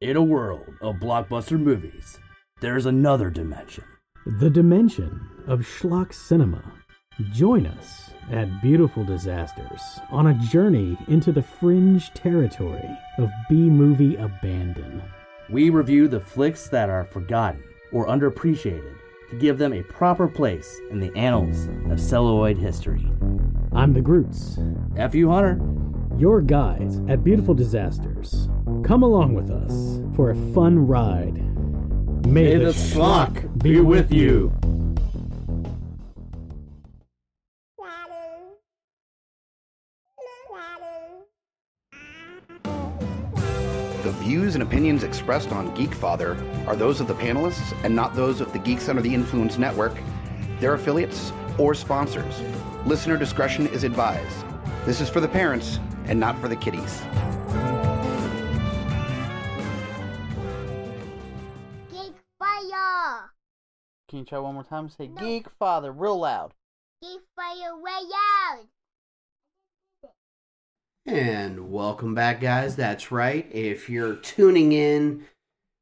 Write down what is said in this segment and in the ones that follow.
In a world of blockbuster movies, there's another dimension. The dimension of schlock cinema. Join us at Beautiful Disasters on a journey into the fringe territory of B movie abandon. We review the flicks that are forgotten or underappreciated to give them a proper place in the annals of celluloid history. I'm the Groots, F.U. Hunter, your guides at Beautiful Disasters. Come along with us for a fun ride. May the schlock be with you. The views and opinions expressed on GeekFather are those of the panelists and not those of the Geeks Under the Influence Network, their affiliates, or sponsors. Listener discretion is advised. This is for the parents and not for the kiddies. Geek Fire! Can you try one more time? Say No. Geek Father real loud. Geek Fire way out! And welcome back, guys. That's right. If you're tuning in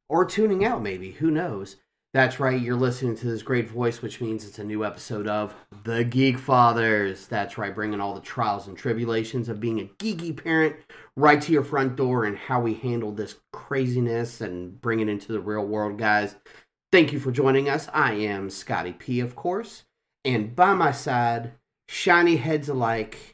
or tuning out, maybe, who knows? That's right. You're listening to this great voice, which means it's a new episode of The Geek Fathers. That's right. Bringing all the trials and tribulations of being a geeky parent right to your front door and how we handle this craziness and bring it into the real world, guys. Thank you for joining us. I am Scotty P, of course. And by my side, shiny heads alike,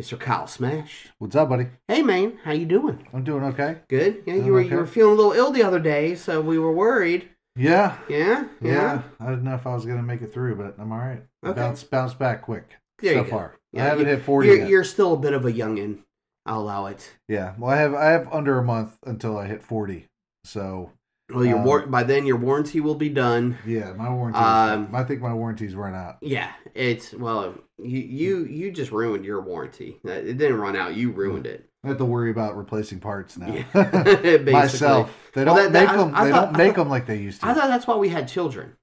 Mr. Kyle Smash. What's up, buddy? Hey man, how you doing? I'm doing okay. Good. Yeah, Doing you were okay. you were feeling a little ill the other day, so we were worried. Yeah, Yeah, yeah. I didn't know if I was gonna make it through, but I'm all right. Okay. Bounce, bounce back quick. There so you go. far, Yeah, I haven't you- hit 40 You're, yet. you're still a bit of a youngin. I'll allow it. Yeah. Well, I have I have under a month until I hit 40. So Well, your war- Um, by then your warranty will be done. yeah, my warranty. Um, I think my warranties run out. Yeah, it's well, you you you just ruined your warranty. Uh, It didn't run out. You ruined it. I have to worry about replacing parts now. Yeah, basically. Myself, they Well, that- don't that- make I- them. I they thought- don't I make thought- them like they used to. I thought that's why we had children.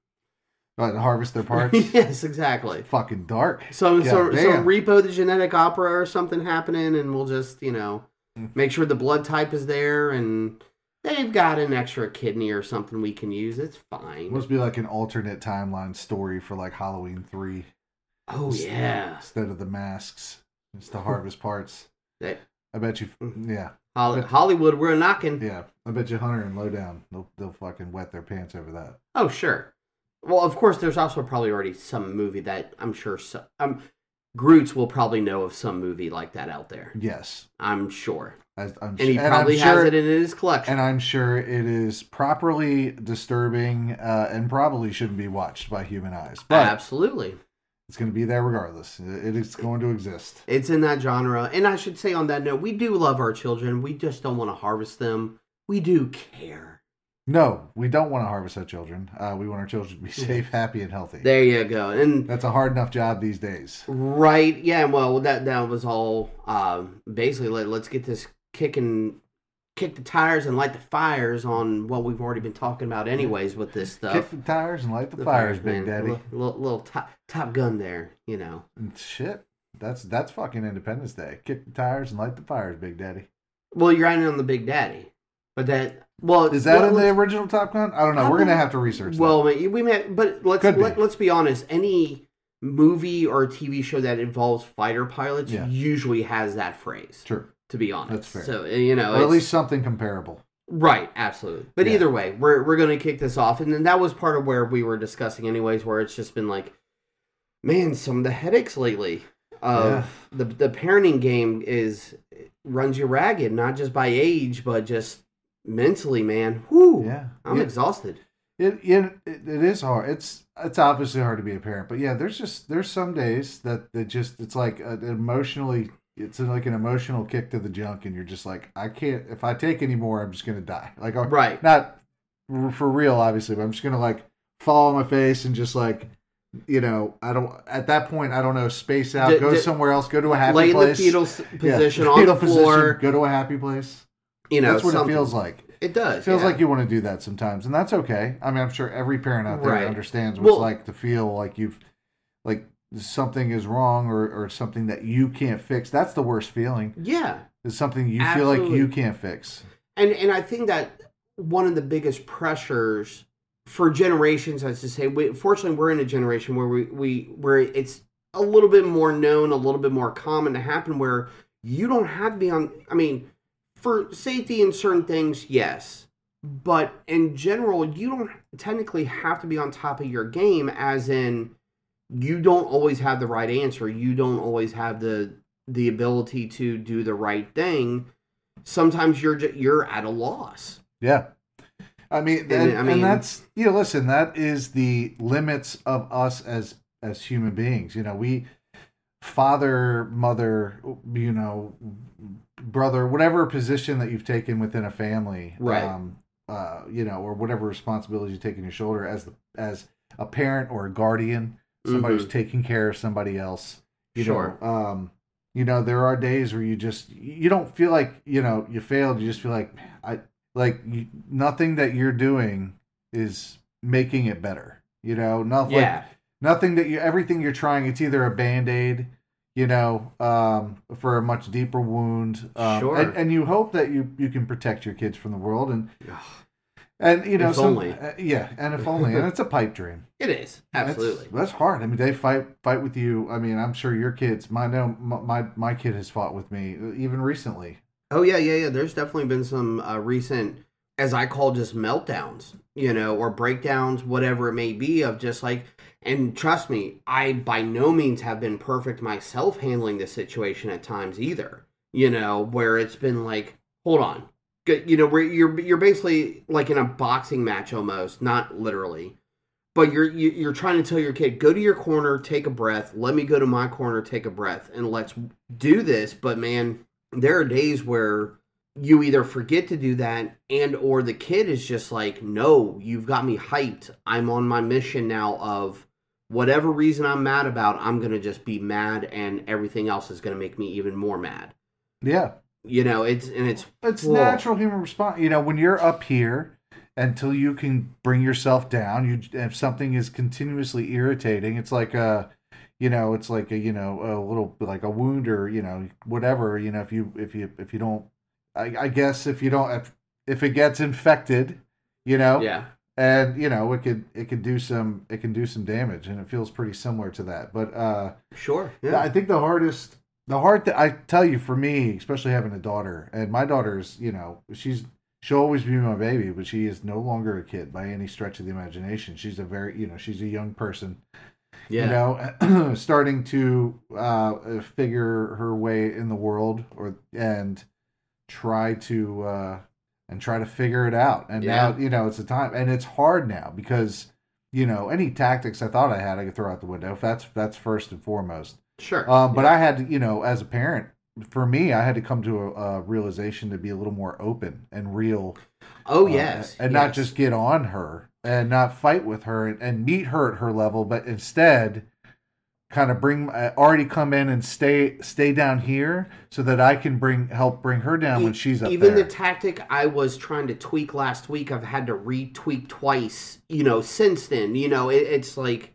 But harvest their parts. yes, exactly. Fucking dark. Some some, some Goddamn. repo the genetic opera or something happening, and we'll just you know Mm-hmm. make sure the blood type is there, and they've got an extra kidney or something we can use. It's fine. must be like an alternate timeline story for like Halloween three oh yeah, instead of the masks. It's the harvest parts. That- I bet you. Yeah. Hol- Hollywood, we're knocking. Yeah, I bet you Hunter and Lowdown they'll they'll fucking wet their pants over that. Oh sure. Well, of course, there's also probably already some movie that I'm sure so, um, Groots will probably know of some movie like that out there. Yes, I'm sure, As, I'm and he su- I'm probably has sure- it in his collection. And I'm sure it is properly disturbing uh, and probably shouldn't be watched by human eyes, but Absolutely. it's going to be there regardless. It it is going to exist. It's in that genre. And I should say on that note, we do love our children. We just don't want to harvest them. We do care. No, we don't want to harvest our children. Uh, we want our children to be safe, happy, and healthy. There you go. And That's a hard enough job these days. right, yeah, well that that was all um basically let, let's get this kicking kick the tires and light the fires on what we've already been talking about anyways with this Kick stuff. the tires and light the, fires, man. Big Daddy. Little, little, little top, top gun there, you know. And Shit, that's that's fucking Independence Day. Kick the tires and light the fires, Big Daddy. Well, you're riding on the Big Daddy. But that well Is that well, in the let's- original Top Gun? I don't know. I We're gonna don't- have to research. that. Well, we we may, but let's Could be. let, let's be honest. Any movie or TV show that involves fighter pilots Yeah. usually has that phrase. true, To be honest, That's fair. So uh, you know, or at it's- least something comparable. right, absolutely. But Yeah. either way, we're we're gonna kick this off, and then that was part of where we were discussing, anyways, where it's just been like, man, some of the headaches lately Yeah. of the the parenting game is it runs you ragged, not just by age, but just mentally, man. Whoo, Yeah, I'm Yeah. exhausted. It, it it it is hard. It's it's obviously hard to be a parent, but yeah, there's just there's some days that that just it's like an emotionally it's like an emotional kick to the junk, and you're just like, I can't. If I take any more, I'm just gonna die. Like, I- Right. Not for real, obviously, but I'm just gonna like fall on my face and just like. You know, I don't. At that point, I don't know. Space out. D- go d- somewhere else. Go to a happy lay in the place. fetal s- Yeah. position on Fetal the position, floor. go to a happy place. You know, that's what something. it feels like. It It does. feels yeah. like you want to do that sometimes, and that's okay. I mean, I'm sure every parent out there Right. understands what Well- it's like to feel like you've, like something is wrong or, or something that you can't fix. That's the worst feeling. Yeah, Is something you feel Absolutely. like you can't fix. and and I think that one of the biggest pressures for generations as to say we, fortunately we're in a generation where we, we where it's a little bit more known a little bit more common to happen where you don't have to be on i mean for safety in certain things yes but in general you don't technically have to be on top of your game as in you don't always have the right answer you don't always have the the ability to do the right thing sometimes you're ju- you're at a loss Yeah. I mean, and, And, I mean- and that's you know, listen, that is the limits of us as as human beings. You know, we father, mother, you know, brother, whatever position that you've taken within a family, Right. Um, uh, you know, or whatever responsibilities you take on your shoulder as the as a parent or a guardian, somebody who's taking care of somebody else. You Mm-hmm. Sure. know, um, you know, there are days where you just you don't feel like you know you failed. You just feel like "Man, I like you, nothing that you're doing is making it better. You know, nothing. yeah nothing that you everything you're trying. It's either a band aid, you know, um, for a much deeper wound. Um, Sure. And, and you hope that you you can protect your kids from the world and and you know If some- only. uh, yeah and if only and it's a pipe dream. It is That's- absolutely. that's, hard. I mean, they fight fight with you. I mean, I'm sure your kids. My no, my my kid has fought with me uh, even recently. Oh yeah, yeah, yeah. There's definitely been some uh, recent, as I call, just meltdowns, you know, or breakdowns, whatever it may be, of just like. And trust me, I by no means have been perfect myself handling this situation at times either. You know, where it's been like, hold on, Good- you know, where you're you're basically like in a boxing match almost, not literally, but you're you- you're trying to tell your kid, go to your corner, take a breath. Let me go to my corner, take a breath, and let's do this. But man, there are days where you either forget to do that and or the kid is just like no you've got me hyped i'm on my mission now of whatever reason i'm mad about i'm going to just be mad and everything else is going to make me even more mad Yeah, you know it's and it's it's Whoa. natural human response. You know, when you're up here until you can bring yourself down, you if something is continuously irritating, it's like a you know, it's like a you know, a little like a wound or you know, whatever, you know, if you if you if you don't I, I guess if you don't if, if it gets infected, you know, yeah and you know, it could it could do some it can do some damage and it feels pretty similar to that. But uh sure yeah, yeah, I think the hardest, the hard thing I tell you for me, especially having a daughter, and my daughter's, you know, she's she'll always be my baby, but she is no longer a kid by any stretch of the imagination. She's a very, you know, she's a young person, yeah. you know, starting to uh, figure her way in the world, or and try to uh, and try to figure it out. And now, you know, it's a time, and it's hard now because you know any tactics I thought I had, I could throw out the window. That's that's first and foremost. sure Um, but I had, to, you know, as a parent, for me, I had to come to a, a realization to be a little more open and real. oh uh, yes and not yes. just get on her and not fight with her and, and meet her at her level, but instead kind of bring uh, already come in and stay stay down here so that I can bring help bring her down when E- she's up even there. the tactic I was trying to tweak last week, I've had to retweak twice. You know, since then, you know, it, it's like,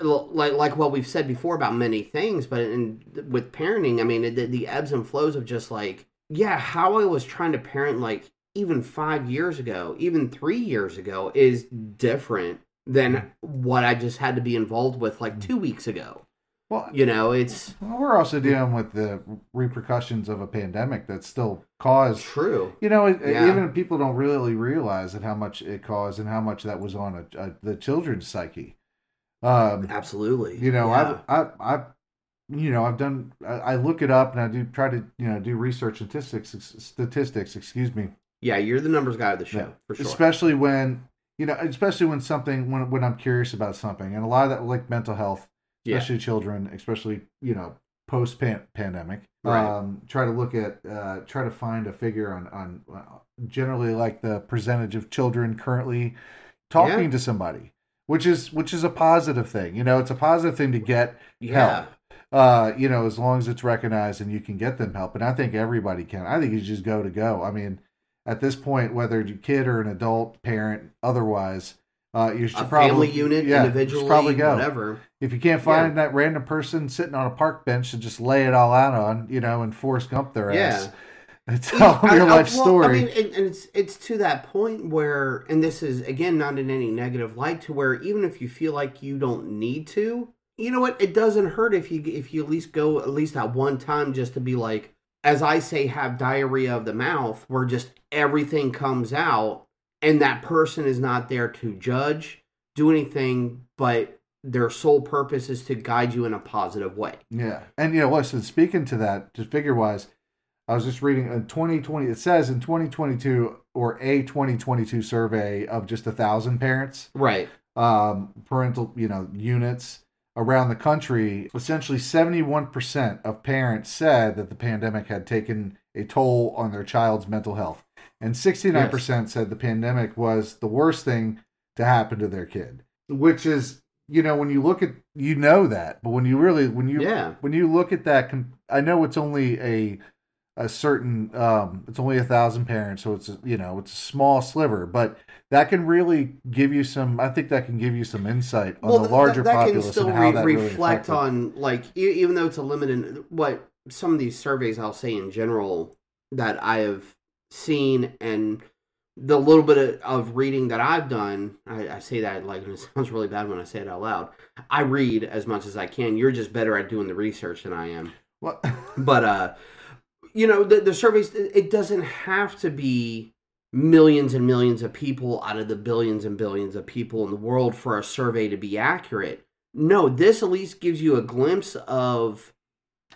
l- like like what we've said before about many things, but in with parenting, I mean, the, the ebbs and flows of just like, yeah, how I was trying to parent, like even five years ago, even three years ago, is different than what I just had to be involved with Mm. like two weeks ago. well, You know, it's well, we're also dealing with the repercussions of a pandemic that's still caused true. You know, it, Yeah. even people don't really realize that how much it caused and how much that was on a, a, the children's psyche. Um, Absolutely. you know, Yeah. I, I, I, you know, I've done. I, I look it up and I do try to, you know, do research and statistics. Statistics, excuse me. yeah, you're the numbers guy of the show Yeah. for sure. Especially when you know, especially when something when when I'm curious about something, and a lot of that like mental health, Yeah. especially children, especially you know post pandemic. Right. Um, try to look at uh, try to find a figure on on uh, generally like the percentage of children currently talking to somebody, which is which is a positive thing. You know, it's a positive thing to get Yeah. help. Uh, you know, as long as it's recognized and you can get them help, and I think everybody can. I think you just go to go. I mean, at this point, whether you're a kid or an adult, parent, otherwise, uh, you should a probably family unit, yeah, you should individually, probably go. whatever. If you can't find that random person sitting on a park bench to just lay it all out on, you know, and Forrest Gump their Yeah. ass, It's all I- real I- life well, story. I mean, and, and it's it's to that point where, and this is again not in any negative light, to where even if you feel like you don't need to, you know what? It doesn't hurt if you if you at least go at least at one time just to be like, as I say, have diarrhea of the mouth, where just everything comes out, and that person is not there to judge, do anything, but their sole purpose is to guide you in a positive way. Yeah, and you know, listen. Speaking to that, just figure wise, I was just reading in 2020. It says in 2022 or a 2022 survey of just a thousand parents, Right. um, parental, you know, units around the country. Essentially, 71 percent of parents said that the pandemic had taken a toll on their child's mental health, and 69 percent said the pandemic was the worst thing to happen to their kid. Which is, you know, when you look at, you know that, but when you really, when you Yeah. when you look at that com- i know it's only a a certain um it's only a thousand parents so it's a, you know it's a small sliver but that can really give you some i think that can give you some insight on the th- larger that, that populace can still and how re- that really reflect affected- on like e- even though it's a limited what some of these surveys i'll say in general that i have seen and the little bit of, of reading that i've done I, I say that like and it sounds really bad when i say it out loud i read as much as i can you're just better at doing the research than i am Well, but uh you know the, the surveys it it doesn't have to be millions and millions of people out of the billions and billions of people in the world for a survey to be accurate no this at least gives you a glimpse of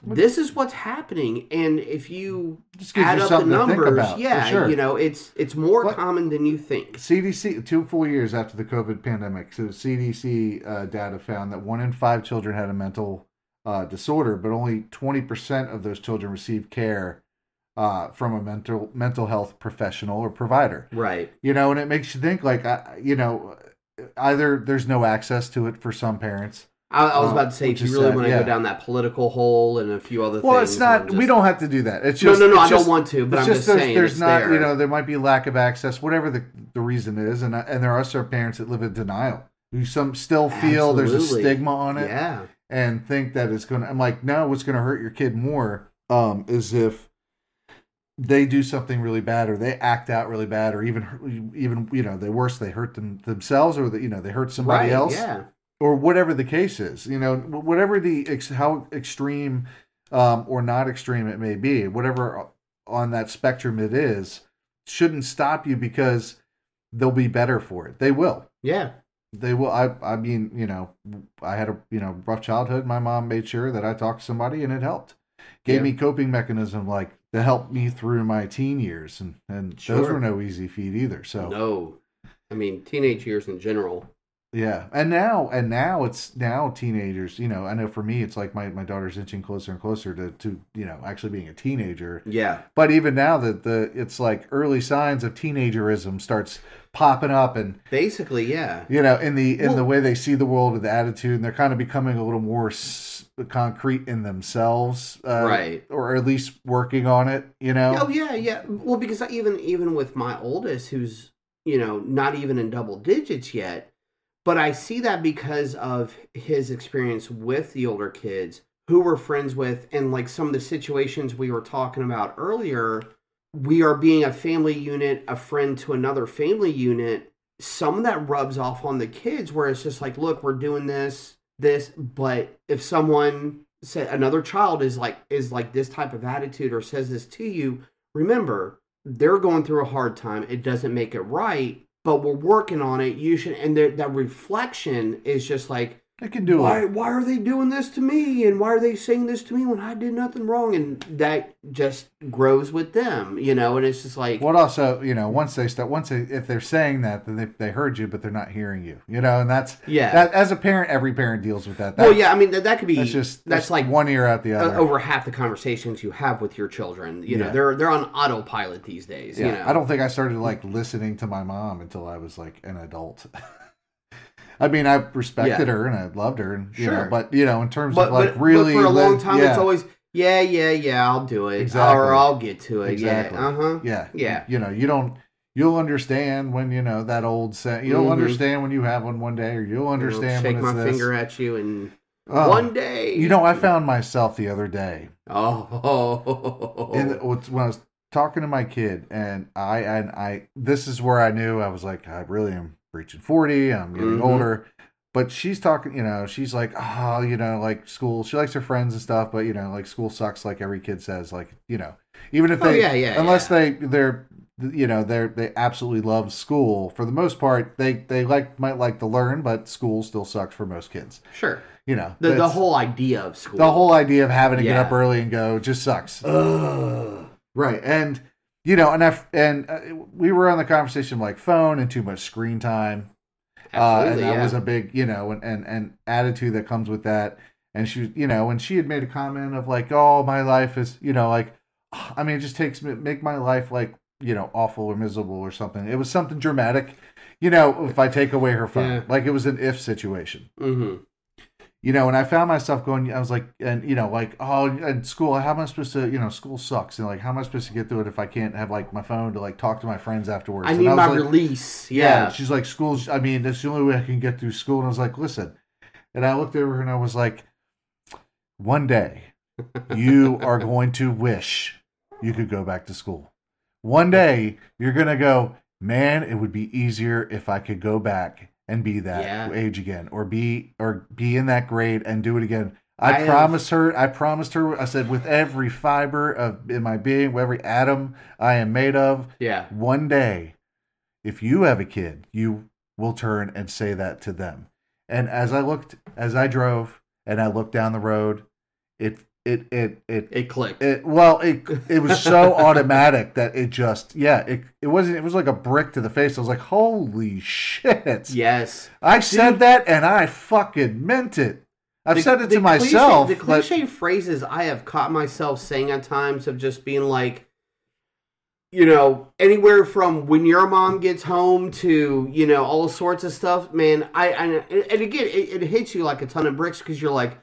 this is what's happening and if you just gives add you up the something to think numbers about for yeah sure. you know it's it's more What- common than you think CDC, two full years after the COVID pandemic, so CDC uh, data found that one in five children had a mental uh, disorder, but only 20% of those children received care uh, from a mental mental health professional or provider. right You know, and it makes you think, like, I, you know, either there's no access to it for some parents. i, I was Uh, about to say which if you is really sad, want to yeah. go down that political hole and a few other Well, things it's not. I'm we just- don't have to do that. It's No, just no, no, it's I don't just- want to, but it's I'm just there's, saying there's it's not. You there. know, there might be lack of access, whatever the the reason is, and I- and there are some parents that live in denial who some still feel there's a Absolutely. stigma on it yeah and think that it's gonna. I'm like, no, what's gonna hurt your kid more um, is if they do something really bad or they act out really bad or even even you know they worse they hurt them themselves or that you know they hurt somebody right, else yeah or whatever the case is you know wh- whatever the ex- how extreme um, or not extreme it may be whatever on that spectrum it is shouldn't stop you because they'll be better for it they will yeah they will i i mean you know i had a you know rough childhood my mom made sure that i talked to somebody and it helped gave Yeah. me coping mechanism like to help me through my teen years and and those Sure. were no easy feat either so No. I mean, teenage years in general. Yeah, and now and now it's now teenagers. You know, I know for me, it's like my, my daughter's inching closer and closer to to you know actually being a teenager. Yeah. But even now that the it's like early signs of teenagerism starts popping up, and Basically, yeah. you know in the in the Well- way they see the world, and the attitude, and they're kind of becoming a little more s- concrete in themselves, uh, Right. Or at least working on it. You know, Oh yeah, yeah. Well, because I, even even with my oldest who's, you know, not even in double digits yet, but I see that because of his experience with the older kids who we're friends with and like some of the situations we were talking about earlier, we are being a family unit, a friend to another family unit. Some of that rubs off on the kids where it's just like, look, we're doing this, this, but if someone say another child is like is like this type of attitude or says this to you, remember, they're going through a hard time. It doesn't make it right, but we're working on it. You should and that that reflection is just like it can do why, it. why are they doing this to me and why are they saying this to me when i did nothing wrong and that just grows with them you know and it's just like What also, you know, once they start, once they, if they're saying that, then they, they heard you, but they're not hearing you, you know, and that's, Yeah. that, as a parent, every parent deals with that. well That's- yeah i mean that, that could be That's just, that's, like one ear out the o- other. over half the conversations you have with your children you Yeah. know they're they're on autopilot these days yeah. you know I don't think I started like listening to my mom until I was like an adult. I mean, I respected Yeah. her and I loved her, and, you know, Sure. but, you know, in terms but, of like but, really, but for a li- long time it's yeah, always yeah yeah yeah i'll do it Exactly. or i'll get to it exactly. yeah uh-huh Yeah. Yeah. You know, you don't, you'll understand when, you know, that old saying, you'll Mhm. understand when you have one one day, or you'll understand shake when my it's this. finger at you and Oh. one day You know, I found myself the other day oh in the, when I was talking to my kid, and I and I this is where I knew I was like I really am reaching forty. I'm getting Mhm. older. But she's talking, you know, she's like, oh, you know, like school. She likes her friends and stuff, but you know, like school sucks, like every kid says, like you know, even if Oh, they, yeah, yeah, unless yeah. they, they're, you know, they're they absolutely love school for the most part. They they like might like to learn, but school still sucks for most kids. Sure. You know, The, the that's- whole idea of school. the whole uh, idea of having to get Yeah. up early and go just sucks. uh, Ugh. Right, and you know, and I and uh, we were on the conversation like phone and too much screen time, uh, and Absolutely. that yeah. was a big you know and, and and attitude that comes with that. And she, you know, and she had made a comment of like, "Oh, my life is you know like, "Ah," I mean, it just takes me make my life like you know awful or miserable or something." It was something dramatic, you know. If I take away her phone, Yeah. like it was an if situation hmm you know, and I found myself going, I was like, and you know, like, oh, and school, how am I supposed to, you know, school sucks. And like, how am I supposed to get through it if I can't have like my phone to like talk to my friends afterwards? I And need was my like- release. yeah. Yeah. She's like, school's, I mean, that's the only way I can get through school. And I was like, listen. And I looked over and I was like, one day you are going to wish you could go back to school. One day you're going to go, man, it would be easier if I could go back and be that Yeah. age again or be or be in that grade and do it again. I, I have- promised her. I promised her. I said, with every fiber of in my being, with every atom I am made of, Yeah. one day, if you have a kid, you will turn and say that to them. And as I looked, as I drove, and I looked down the road, it, it, it, it, It clicked. it well, it, it was so automatic that it just, yeah, it, it wasn't, it was like a brick to the face. I was like, holy shit! yes. I said that, and I fucking meant it. I've The- said it the to cliche- myself. The but- cliche phrases I have caught myself saying at times of just being like, you know, anywhere from when your mom gets home to you know all sorts of stuff. Man, I, I and again, it, it hits you like a ton of bricks because you're like.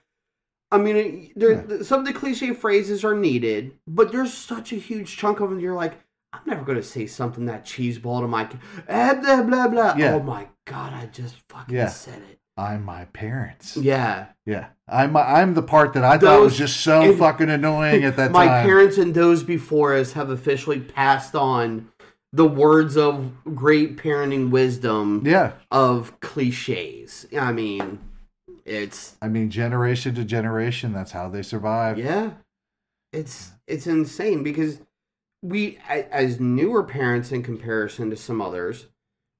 I mean, there, some of the cliche phrases are needed, but there's such a huge chunk of them. You're like, I'm never going to say something that cheeseball to my kid. Eh, Blah blah blah. Yeah. Oh my god, I just fucking Yeah. said it. I'm my parents. Yeah. Yeah, I'm I'm the part that I thought was Those- just so and- fucking annoying at that my time. parents and those before us have officially passed on the words of great parenting wisdom yeah, of cliches. I mean, it's I mean, generation to generation, that's how they survive. yeah, it's it's insane because we a- as newer parents in comparison to some others,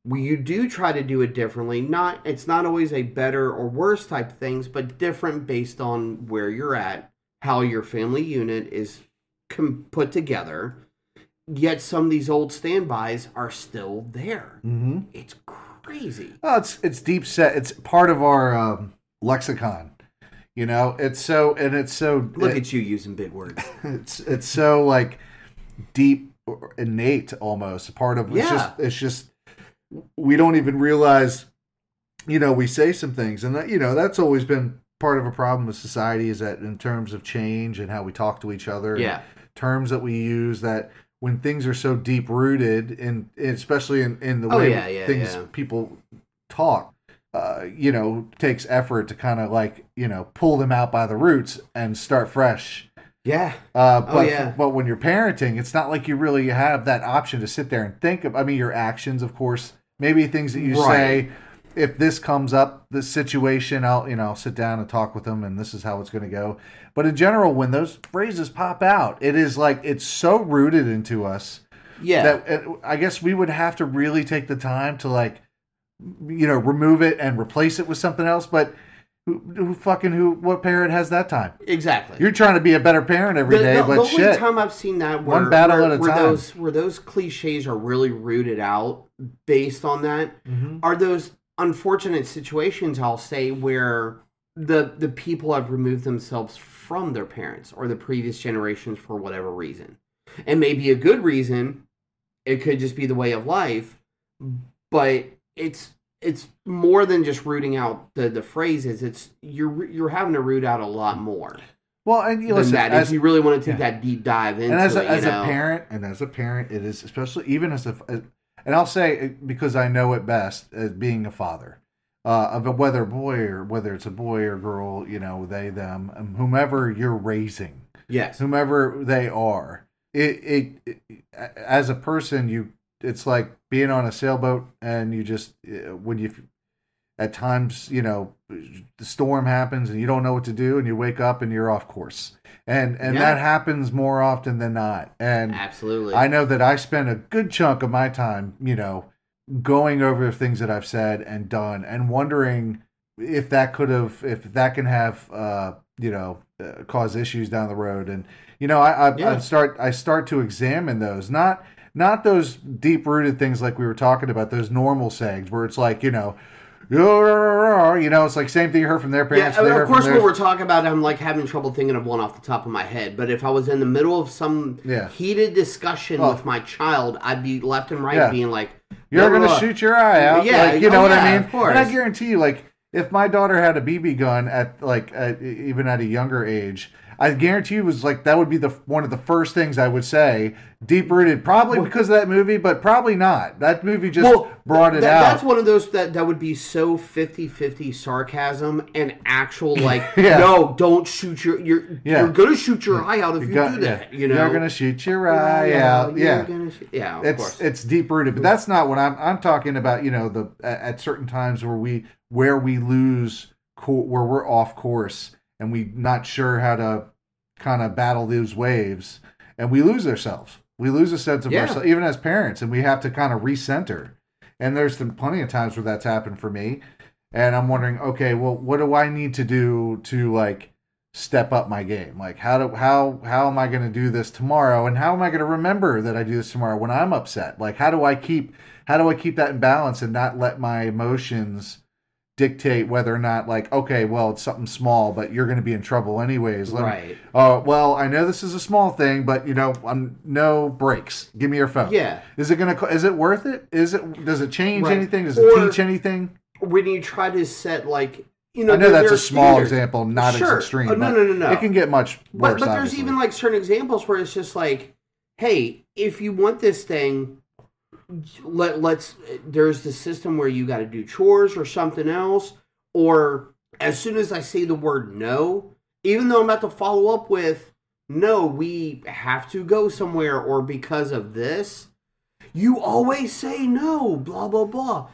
we you do try to do it differently. Not it's not always a better or worse type things, but different based on where you're at, how your family unit is com- put together. Yet some of these old standbys are still there. Mm-hmm. It's crazy. Oh, it's it's deep set. It's part of our um, lexicon. You know, it's so and it's so Look at you using big words. it's it's so like deep or innate almost part of it's Yeah. just it's just we don't even realize you know we say some things and that you know that's always been part of a problem with society is that in terms of change and how we talk to each other and Yeah. terms that we use that when things are so deep rooted and especially in, in the Oh, way yeah, yeah, things yeah. people talk uh, you know takes effort to kind of like you know pull them out by the roots and start fresh Yeah. uh, but Oh, yeah. but when you're parenting, it's not like you really have that option to sit there and think of. I mean, your actions, of course, maybe things that you Right. say. If this comes up, this situation, I'll you know I'll sit down and talk with them, and this is how it's going to go. But in general, when those phrases pop out, it is like it's so rooted into us Yeah. that it, I guess we would have to really take the time to like you know remove it and replace it with something else. But who, who fucking who? What parent has that time? exactly. You're trying to be a better parent every the, day, the- but the only shit. time I've seen that where, One battle where, at a where time. those where those cliches are really rooted out based on that Mm-hmm. are those unfortunate situations I'll say where the the people have removed themselves from their parents or the previous generations for whatever reason. And maybe a good reason, it could just be the way of life, but it's it's more than just rooting out the, the phrases. It's you're you're having to root out a lot more Well, and you than listen, that. as, if you really want to take that deep dive into and as a, it, you as know? a parent, and as a parent, it is especially even as a, and I'll say it because I know it best as being a father, uh, of a, whether boy or whether it's a boy or girl, you know, they them, um, whomever you're raising, yes, whomever they are, it, it, it- as a person you it's like being on a sailboat and you just uh, when you at times you know the storm happens and you don't know what to do and you wake up and you're off course and and Yeah. that happens more often than not and Absolutely. I know that I spend a good chunk of my time, you know, going over things that I've said and done and wondering if that could have, if that can have, uh, you know, uh, cause issues down the road. And, you know, I, I, Yeah. I start, I start to examine those, not, not those deep rooted things like we were talking about, those normal sayings where it's like, you know, you know, it's like same thing you heard from their Yeah, parents. I they mean, heard of from course, when theirs. we're talking about, it, I'm like having trouble thinking of one off the top of my head. But if I was in the middle of some Yeah. heated discussion Oh. with my child, I'd be left and right Yeah. being like, You're "Blah, gonna blah, blah." shoot your eye out. Yeah, like, you oh, know what yeah, I of mean. And I course. guarantee you, like, if my daughter had a BB gun at like at, e, even at a younger age, I guarantee you it was like that would be the one of the first things I would say, deep rooted, probably because of that movie, but probably not. That movie just brought it that- out. That's one of those that, that would be so 50-50 sarcasm and actual like, Yeah. no, don't shoot your you're Yeah. you're gonna shoot your eye out if you, got- do that. yeah. You know, are gonna shoot your Your eye out. you're Yeah, gonna shoot- yeah. Of it's course. it's deep rooted, but that's not what I'm I'm talking about. You know, the at, at certain times where we where we lose co- where we're off course and we not sure how to kind of battle those waves, and we lose ourselves. We lose a sense of Yeah. ourselves, even as parents, and we have to kind of recenter. And there's been plenty of times where that's happened for me, and I'm wondering, okay, well, what do I need to do to like step up my game like how do how how am i going to do this tomorrow and how am i going to remember that i do this tomorrow when i'm upset like how do i keep how do i keep that in balance and not let my emotions dictate whether or not like okay well it's something small but you're going to be in trouble anyways Let me- Right. oh well i know this is a small thing but you know i'm no breaks give me your phone Yeah. is it going to is it worth it is it does it change Right. anything does Or- it teach anything when you try to set like you know, i know there- that's there a are small standards. example not Sure. as extreme Oh, no, but no, no, no. it can get much But worse but there's obviously. even like certain examples where it's just like, hey, if you want this thing, let let's there's the system where you got to do chores or something else, or as soon as I say the word no, even though I'm about to follow up with no, we have to go somewhere or because of this, you always say no, blah blah blah.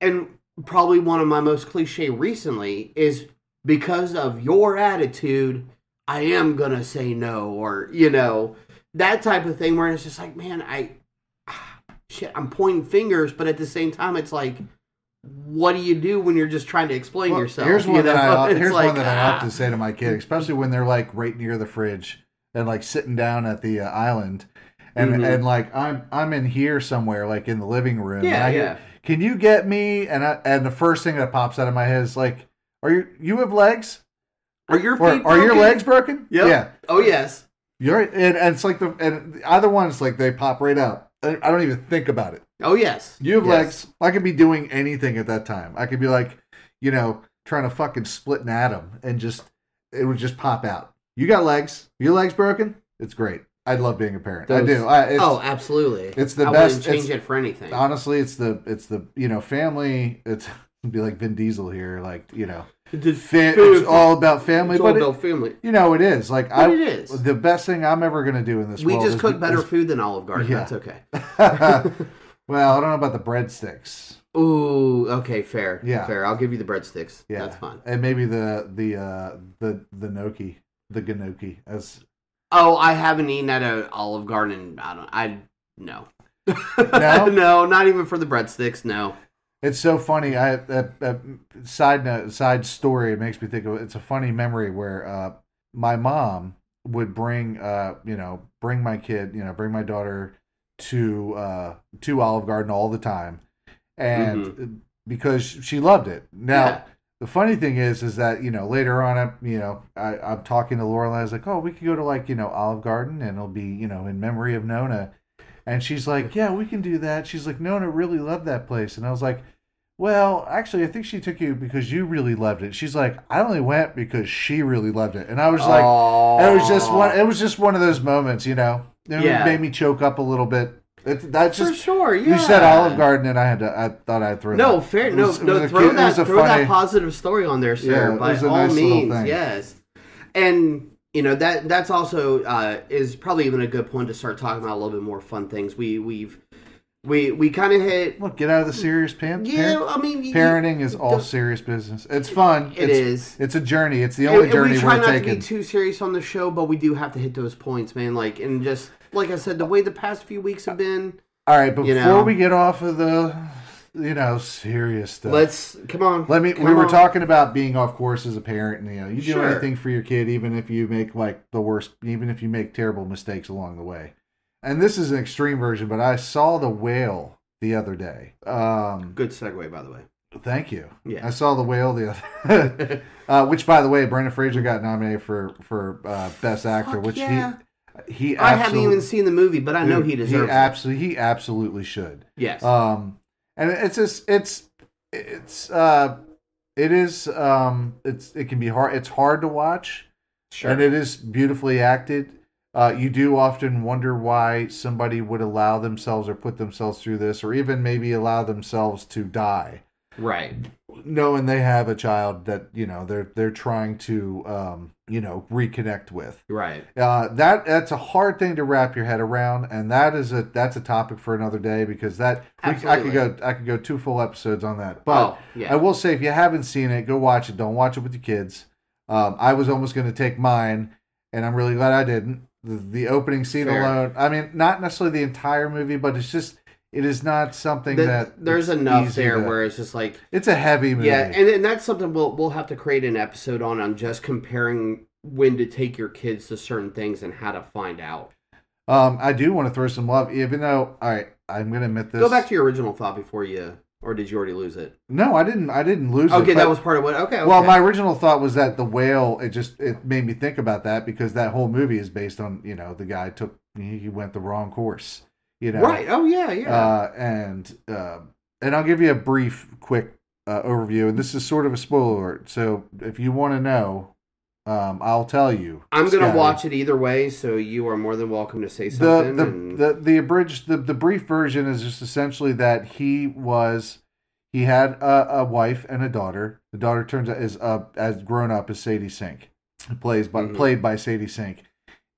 And probably one of my most cliche recently is because of your attitude, I am gonna say no, or you know, that type of thing where it's just like, man, I shit, I'm pointing fingers, but at the same time it's like what do you do when you're just trying to explain Well, yourself? Here's you one that know? I It's here's like, one that I ah. often say to my kid, especially when they're like right near the fridge and like sitting down at the uh, island, and Mhm. and like I'm I'm in here somewhere, like in the living room. and Yeah, I hear, yeah. Can you get me? And I, and the first thing that pops out of my head is like, Are you you have legs? Are your Or feet are your broken? legs broken? Yep. Yeah. Oh yes. You're and, and it's like the and the other one's like they pop right out. I I don't even think about it. Oh yes. You have Yes. legs. I could be doing anything at that time. I could be like, you know, trying to fucking split an atom and just it would just pop out. You got legs. Your legs broken. It's great. I love being a parent. I Those- do. I, it's, oh, absolutely. it's the I best- wouldn't change it's- it for anything. honestly, it's the it's the you know family. It's it'd be like Vin Diesel here, like you know, The fit. food- It's all about family, it's all but it- about family. you know it is. Like But I, it is. the best thing I'm ever gonna do in this We world. just is- cook better is- food than Olive Garden. Yeah. That's okay. well, I don't know about the breadsticks. Ooh, okay, fair. Yeah. fair. I'll give you the breadsticks. Yeah, that's fine. And maybe the the uh, the the gnocchi, the gnocchi. As Oh, I haven't eaten at an Olive Garden. I don't. I no. No? no, not even for the breadsticks. No. it's so funny. I uh, uh, side note, side story. It makes me think of it's a funny memory where uh, my mom would bring uh, you know bring my kid you know bring my daughter to uh, to Olive Garden all the time, and because she loved it. Now. Yeah. the funny thing is, is that you know later on, I'm you know I, I'm talking to Laura and I was like, oh, we could go to like you know Olive Garden and it'll be you know in memory of Nona, and she's like, yeah, we can do that. She's like, Nona really loved that place, and I was like, well, actually, I think she took you because you really loved it. She's like, I only went because she really loved it, and I was like, it was just one, it was just one of those moments, you know, it Yeah. made me choke up a little bit. It, that's for just sure. Yeah. you said Olive Garden, and I had to, I thought I'd throw No, that. fair. It No, was- it was no. a Throw cute- it that. was a Throw that funny- positive story on there, sir. Yeah, it by was a all nice little means, thing. yes. And you know that that's also uh, is probably even a good point to start talking about a little bit more fun things. We we've we we kind of hit Look, get out of the serious pan- yeah. parent- I mean, you- Parenting is all the- serious business. It's fun. It it's, is. It's a journey. It's the only and- and journey we try are not to taking. be too serious on the show, but we do have to hit those points, man. Like and just like I said, the way the past few weeks have been. all right, before know. we get off of the, you know, serious stuff. Let's come on. Let me. come we were on. talking about being off course as a parent, and you know, you do Sure. anything for your kid, even if you make like the worst, even if you make terrible mistakes along the way. And this is an extreme version, but I saw the whale the other day. Um, Good segue, by the way. Thank you. Yeah. I saw the whale the other, uh, which by the way, Brendan Fraser got nominated for for uh, best actor, Fuck which yeah. he he. I haven't absolute- even seen the movie, but I know dude, he deserves He absolutely, he absolutely should. it. Yes. Um, and it's just it's it's uh, it is um, it's it can be hard. It's hard to watch, sure. and it is beautifully acted. Uh, you do often wonder why somebody would allow themselves or put themselves through this, or even maybe allow themselves to die right. knowing they have a child that you know they're they're trying to um, you know reconnect with. Right. Uh, that that's a hard thing to wrap your head around, and that is a that's a topic for another day because that we, I could Absolutely. go I could go two full episodes on that. But Oh, yeah. I will say if you haven't seen it, go watch it. Don't watch it with your kids. Um, I was almost going to take mine, and I'm really glad I didn't. The, the opening scene Fair. alone. I mean, not necessarily the entire movie, but it's just it is not something Th- that there's it's enough easy there to- where it's just like it's a heavy movie. yeah, and, and that's something we'll we'll have to create an episode on on just comparing when to take your kids to certain things and how to find out. Um, I do want to throw some love, even though all right, I'm gonna admit this. Go back to your original thought before you, or did you already lose it? no, I didn't. I didn't lose. Okay, it, that but- was part of what. Okay, okay. Well, my original thought was that the whale. It just it made me think about that because that whole movie is based on you know the guy took he he went the wrong course. You know, right. Oh yeah, yeah. Uh, and uh, and I'll give you a brief, quick uh, overview. And this is sort of a spoiler alert. So if you want to know, um, I'll tell you. I'm gonna Scotty. watch it either way, so you are more than welcome to say the something. and- the, the the abridged the, the brief version is just essentially that he was he had a, a wife and a daughter. The daughter turns out is uh, as grown up as Sadie Sink, plays by Mhm. played by Sadie Sink.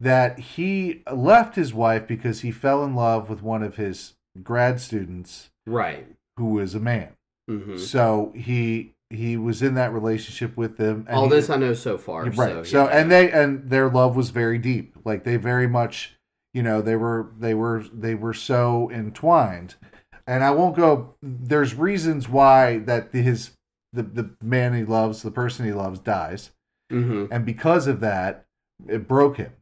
That he left his wife because he fell in love with one of his grad students right. who was a man. hmm So he he was in that relationship with them. All he- this I know so far. right so, So, yeah. and they and their love was very deep like they very much you know they were they were they were so entwined and i won't go there's reasons why that his the, the man he loves the person he loves dies Mhm. and because of that it broke him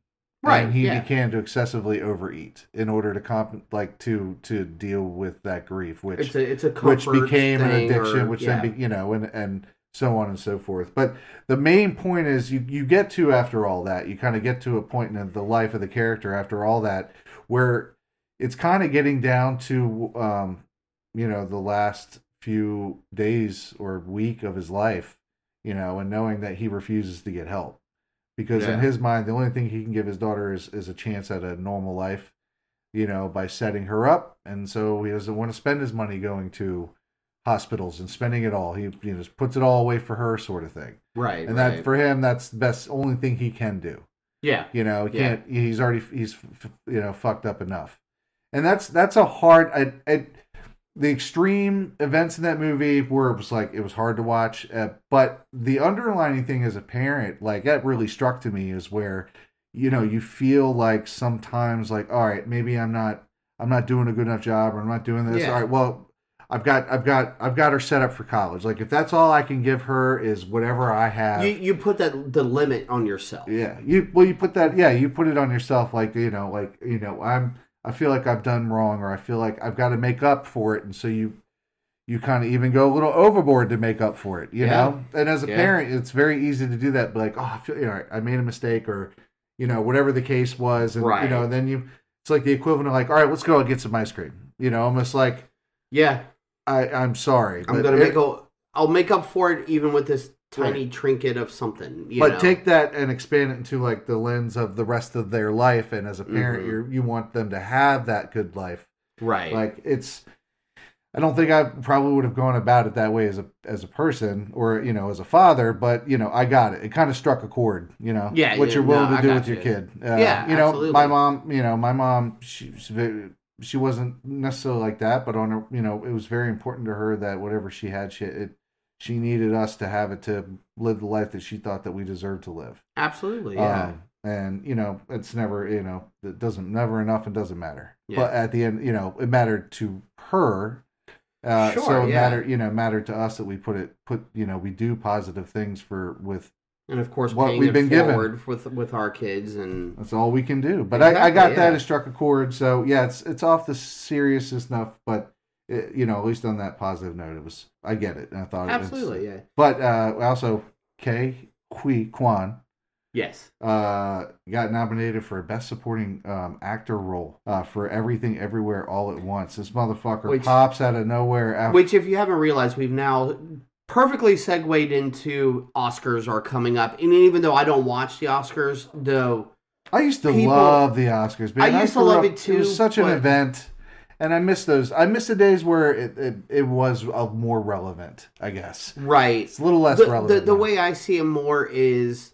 Right, and he yeah. began to excessively overeat in order to comp like to to deal with that grief which it's a it's a which comfort became an thing addiction, or- which yeah. then be, you know, and and so on and so forth. But the main point is you you get to after all that, you kind of get to a point in the life of the character after all that where it's kind of getting down to um, you know the last few days or week of his life, you know, and knowing that he refuses to get help because in Yeah. his mind the only thing he can give his daughter is is a chance at a normal life you know, by setting her up, and so he doesn't want to spend his money going to hospitals and spending it all. He you know, just puts it all away for her, sort of thing. right And right. that for him, that's the best only thing he can do. yeah You know, he Yeah. can't. He's already he's f- you know fucked up enough, and that's that's a hard. I, I, the extreme events in that movie were it was like it was hard to watch, uh, but the underlining thing as a parent, like that really struck to me, is where you know you feel like sometimes like all right maybe I'm not I'm not doing a good enough job or I'm not doing this Yeah. all right well. I've got, I've got, I've got her set up for college. Like, if that's all I can give her is whatever I have, you you put that the limit on yourself. yeah. You well, you put that. Yeah, you put it on yourself. Like you know, like you know, I'm. I feel like I've done wrong, or I feel like I've got to make up for it, and so you, you kind of even go a little overboard to make up for it. You Yeah. know, and as a Yeah. parent, it's very easy to do that. But like, oh, I feel, you know, I made a mistake, or you know, whatever the case was, and you Right. know, then you, it's like the equivalent of like, all right, let's go and get some ice cream. You know, almost like Yeah, I, I'm sorry, I'm but gonna it- make a. I'll make up for it even with this tiny trinket of something. You but know? take that and expand it into like the lens of the rest of their life and as a parent Mhm. you're, you want them to have that good life right. like it's I don't think I probably would have gone about it that way as a as a person or you know as a father, but you know I got it. It kind of struck a chord, you know. Yeah, what yeah, you're willing no, to I do got with your you. kid. Uh, Yeah, you know absolutely. my mom. You know my mom. She was ve- she wasn't necessarily like that, but on her, you know, it was very important to her that whatever she had, she it she needed us to have it to live the life that she thought that we deserved to live. Absolutely, yeah. Um, and you know, it's never you know, it doesn't never enough and doesn't matter. Yeah. But at the end, you know, it mattered to her. Uh, Sure, so it yeah. mattered, you know, mattered to us that we put it put you know we do positive things for with and of course, what paying we've it been given. forward with with our kids and that's all we can do. But I, I Exactly, got that yeah. it struck a chord. So yeah, it's it's off the serious enough, but it, you know, at least on that positive note, it was I get it. And I thought it was- absolutely, yeah, But uh, also, K Hui Kwan. yes, uh, got nominated for best supporting um, actor role uh, for Everything Everywhere All at Once. This motherfucker Which- pops out of nowhere. After, Which, if you haven't realized, we've now perfectly segued into Oscars are coming up. And even though I don't watch the Oscars, though, I used to people- love the Oscars. man. I used to grew love up- it too, It was such an but- event, and I miss those. I miss the days where it it, it was uh, more relevant. I guess right? it's a little less the, relevant. the, the now. way I see it more is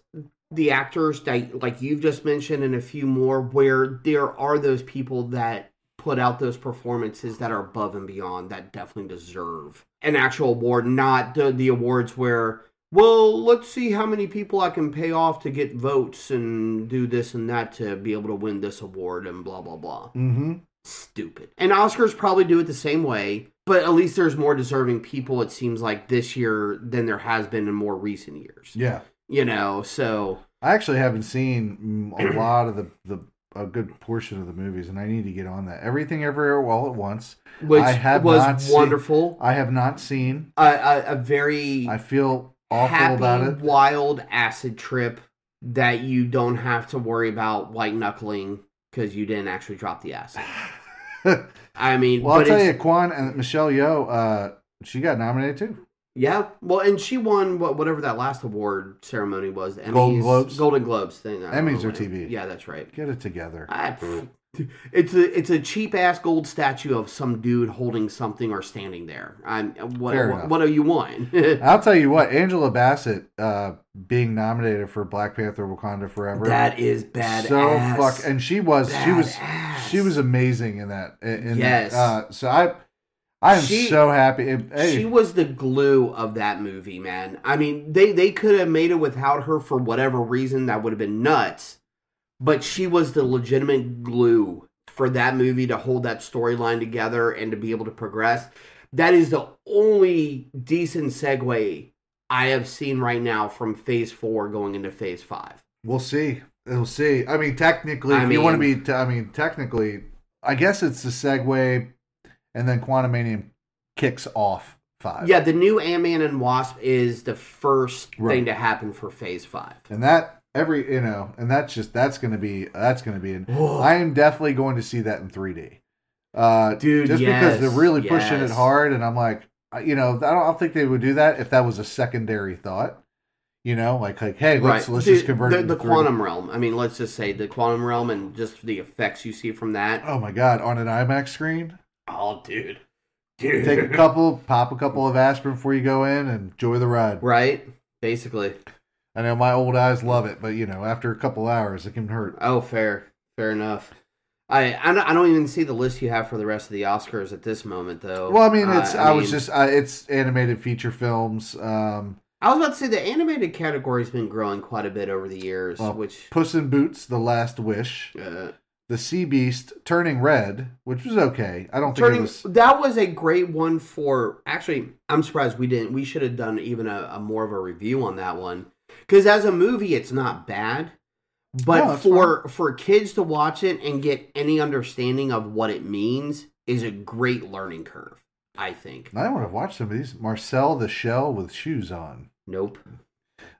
the actors that, like you've just mentioned, and a few more, where there are those people that put out those performances that are above and beyond that definitely deserve an actual award, not the, the awards where. Well, let's see how many people I can pay off to get votes and do this and that to be able to win this award and blah blah blah Mm-hmm. stupid. And Oscars probably do it the same way, but at least there's more deserving people, it seems like, this year than there has been in more recent years. Yeah, You know, so I actually haven't seen mm, a lot of the the a good portion of the movies, and I need to get on that. Everything Everywhere All at Once. which I have not was seen- wonderful. I have not seen. A, a, a very I feel awful happy, about it. wild acid trip that you don't have to worry about white knuckling because you didn't actually drop the acid. I mean, well, I'll but tell it's- you, Quan and Michelle Yeoh, uh, she got nominated too. Yeah, well, and she won what whatever that last award ceremony was. The Emmys, Golden Globes? Golden Globes thing. I don't Emmys know are what- TV. Yeah, that's right. Get it together. I, Mm. it's a it's a cheap ass gold statue of some dude holding something or standing there. I'm what Fair what, enough. what do you want? that I'll tell you what, Angela Bassett uh, being nominated for Black Panther: Wakanda Forever. is bad. So fuck, and she was she was Badass. she was amazing in that. In in Yes. That. Uh, so I, I am She- so happy. It- hey, She was the glue of that movie, man. I mean, they they could have made it without her for whatever reason that would have been nuts, but she was the legitimate glue for that movie to hold that storyline together and to be able to progress. That is the only decent segue I have seen right now from Phase Four going into Phase Five. We'll see. We'll see. I mean, technically, I if you want to mean- be, t- I mean, technically, I guess it's the segue, and then Quantumanium kicks off five. Yeah, the new Ant Man and Wasp is the first Right. thing to happen for Phase Five. and that every you know, and that's just that's going to be that's going to be. An, I am definitely going to see that in 3D, uh, Dude, Just because they're yes, really pushing it yes. hard, and I'm like, I- you know, I don't, I don't think they would do that if that was a secondary thought. You know, like like hey, let's let's Dude, just convert the, it the into 3D. quantum realm. I mean, let's just say the quantum realm and just the effects you see from that. Oh my god, on an IMAX screen. Oh, dude, dude, take a couple, pop a couple of aspirin before you go in, and enjoy the ride. right? Basically. I know my old eyes love it, but you know, after a couple hours, it can hurt. Oh, fair, fair enough. I I don't, I don't even see the list you have for the rest of the Oscars at this moment, though. Well, I mean, it's Uh, I, was mean, just uh, it's animated feature films. Um, I was about to say the animated category's been growing quite a bit over the years, Well, which Puss in Boots, The Last Wish, uh, The Sea Beast, Turning Red, which was okay. I don't turning think it was. that was a great one for actually i'm surprised we didn't we should have done even a, a more of a review on that one because as a movie it's not bad but No, it's for for kids to watch it and get any understanding of what it means is a great learning curve i think I want to watch some of these. Marcel the Shell with Shoes On. nope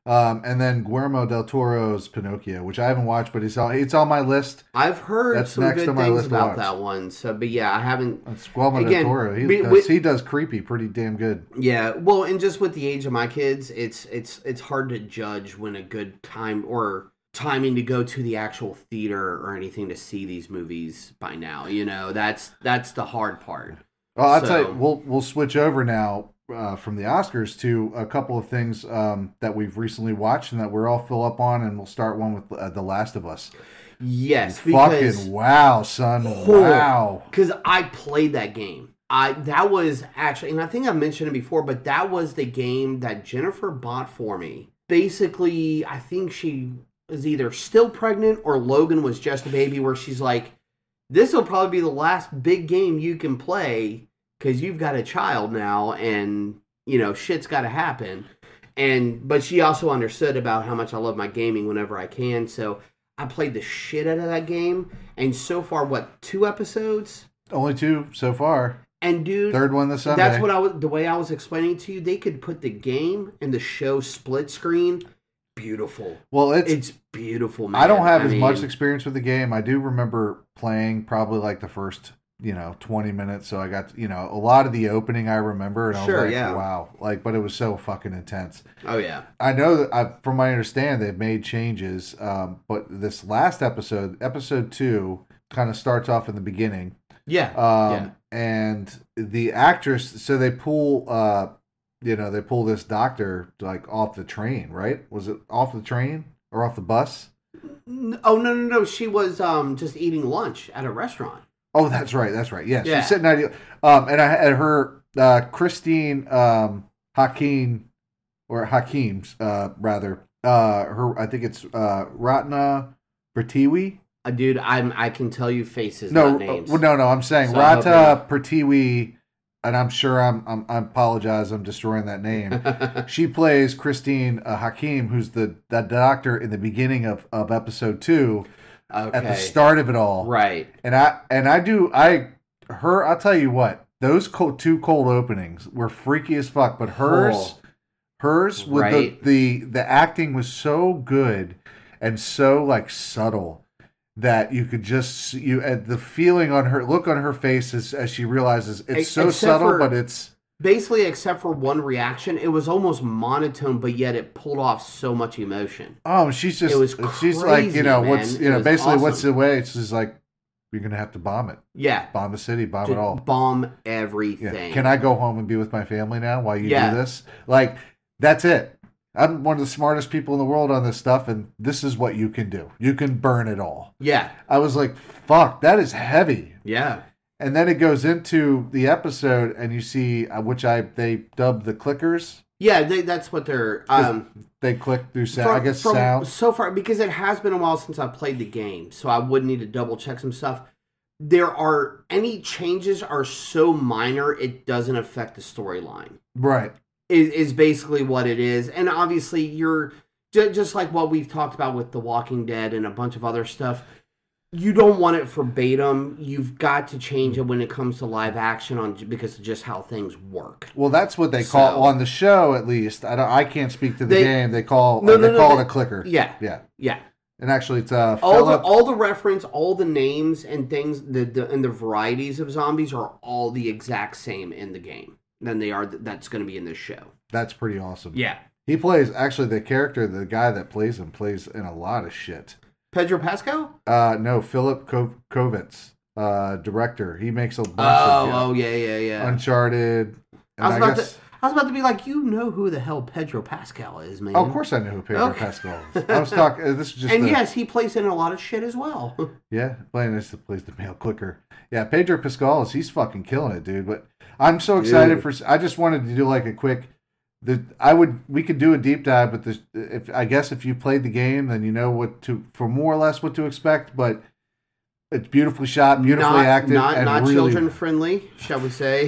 Um, and then Guillermo del Toro's Pinocchio, which I haven't watched, but it's on, it's on my list. i've heard That's some next good on my things list to about watch. that one so but yeah i haven't It's Guillermo del Again, Toro. He, we- does, we- he does creepy pretty damn good. Yeah, well, and just with the age of my kids, it's it's it's hard to judge when a good time or timing to go to the actual theater or anything to see these movies by now. You know, that's that's the hard part. Well, I'll tell So- you, we'll we'll switch over now uh, from the Oscars to a couple of things um, that we've recently watched and that we're all full up on, and we'll start one with uh, The Last of Us. Yes, because Fucking wow, son! Horrible. Wow. Because I played that game. I that was actually, and I think I mentioned it before, but that was the game that Jennifer bought for me. Basically, I think she was either still pregnant or Logan was just a baby. Where she's like, "This will probably be the last big game you can play because you've got a child now, and you know shit's got to happen." And but she also understood about how much I love my gaming whenever I can, so. I played the shit out of that game, and so far, what two episodes? Only two so far. And dude, Third one this Sunday. that's what I was. The way I was explaining to you, they could put the game and the show split screen. Beautiful. well, it's. It's beautiful. Man. I don't have as mean, much experience with the game. I do remember playing probably like the first, you know, twenty minutes. So I got, you know, a lot of the opening I remember, and I Sure, was like, yeah. wow, like, but it was so fucking intense. Oh yeah. I know that I, from my understand, they've made changes. Um, but this last episode, episode two, kind of starts off in the beginning. Yeah. Um, Yeah. And the actress, so they pull, uh, you know, they pull this doctor like off the train, right? Was it off the train or off the bus? N- oh no no no. She was um just eating lunch at a restaurant. Oh, that's right, that's right. Yes, Yeah. she's sitting at um, and I had her uh, Christine um, Hakeem or Hakeem's uh, rather. Uh, her, I think it's uh, Ratna Bertiwi. Uh, dude, I'm I can tell you faces, no, not uh, names. well, no, no. I'm saying So I hope Rata Pertiwi, and I'm sure I'm, I'm I apologize. I'm destroying that name. she plays Christine uh, Hakim, who's the, the doctor in the beginning of, of episode two okay. at the start of it all. Right. And I and I do I her. I'll tell you what. Those cold, two cold openings were freaky as fuck, but hers. Cool. Hers with Right. the, the the acting was so good and so like subtle that you could just you and the feeling on her look on her face as, as she realizes it's Ex- so except subtle for- but it's Basically, except for one reaction, it was almost monotone, but yet it pulled off so much emotion. oh she's just It was she's like you crazy, know man. what's you It know was basically what's awesome. the way it's just like you're gonna have to bomb it Yeah. bomb the city bomb to it all bomb yeah. everything. can I go home and be with my family now while you Yeah. do this like that's it I'm one of the smartest people in the world on this stuff and this is what you can do you can burn it all Yeah, I was like, fuck, that is heavy. yeah, And then it goes into the episode, and you see, uh, which I they dub the clickers. yeah. They, that's what they're. Um, They click through sound. from- I guess from- sound. So far, because it has been a while since I played the game, so I would need to double check some stuff. There are any changes are so minor it doesn't affect the storyline. Right. is is basically what it is. And obviously, you're ju- just like what we've talked about with The Walking Dead and a bunch of other stuff. You don't want it verbatim. You've got to change it when it comes to live action on because of just how things work. Well, that's what they call So- on the show. At least I don't. I can't speak to the They- game. They call. No, uh, they no, no, call they- it a clicker. Yeah, Yeah. yeah. And actually, it's uh, All the, Philip. all the reference, all the names and things, the, the and the varieties of zombies are all the exact same in the game than they are th- that's going to be in this show. that's pretty awesome. Yeah, He plays actually the character, the guy that plays him plays in a lot of shit. Pedro Pascal. Uh, no, Philip Ko- Kovitz, uh, director. He makes a bunch of Oh, yeah. oh yeah, yeah, yeah. Uncharted. I was, and about to, I was about to be like, you know who the hell Pedro Pascal is, man. Oh, of course I know who Pedro Okay. Pascal is. I was talking. uh, This is just And the, yes, he plays in a lot of shit as well. yeah, playing this plays the male clicker. Yeah, Pedro Pascal is he's fucking killing it, dude. But I'm so excited Dude. for. I just wanted to do like a quick. The I would we could do a deep dive, but this, if I guess if you played the game, then you know what to for more or less what to expect. But it's beautifully shot, beautifully not, acted, Not, and not really children friendly, shall we say.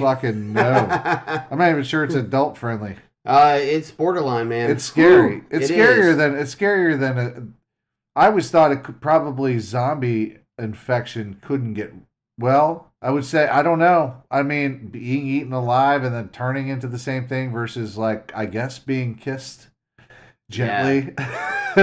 fucking no. I'm not even sure it's adult friendly. uh, it's borderline, man. It's scary. Whew, it's it scarier is. than it's scarier than a, I always thought it could probably zombie infection couldn't get well. I would say I don't know. I mean, being eaten alive and then turning into the same thing versus like I guess being kissed gently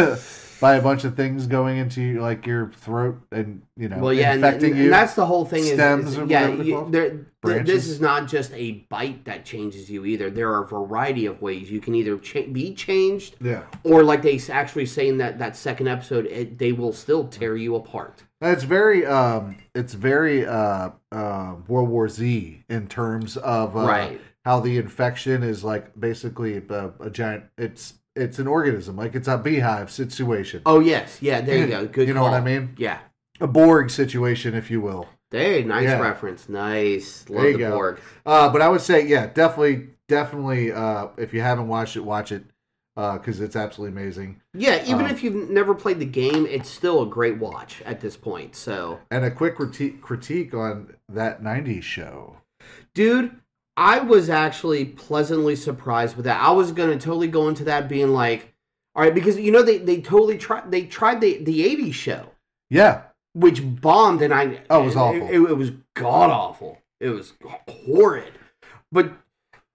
by a bunch of things going into like your throat and you know well, yeah, and, infecting and- you. and that's the whole thing. Is, stems is- or yeah, whatever they're you- called. there- th- this Branches. is not just a bite that changes you either. There are a variety of ways you can either cha- be changed, yeah. or like they s- actually say in that that second episode, it, they will still tear you apart. That's very um it's very uh uh World War Z in terms of uh, right. how the infection is like basically uh, a, a giant it's it's an organism like it's a beehive situation. Oh yes, yeah. There you go. Good. You know what call. I mean? Yeah. A Borg situation if you will. Hey, nice Yeah. reference. Nice. Love There you the go. Borg. Uh, but I would say, yeah, definitely, definitely. Uh, if you haven't watched it, watch it because it's absolutely amazing. Yeah, even Um, if you've never played the game, it's still a great watch at this point. So, And a quick critique critique on that '90s show. dude, I was actually pleasantly surprised with that. I was gonna totally go into that being like, all right, because you know they they totally tried they tried the the '80s show, Yeah, which bombed, and I Oh, it was awful. It, it was god awful. It was horrid. But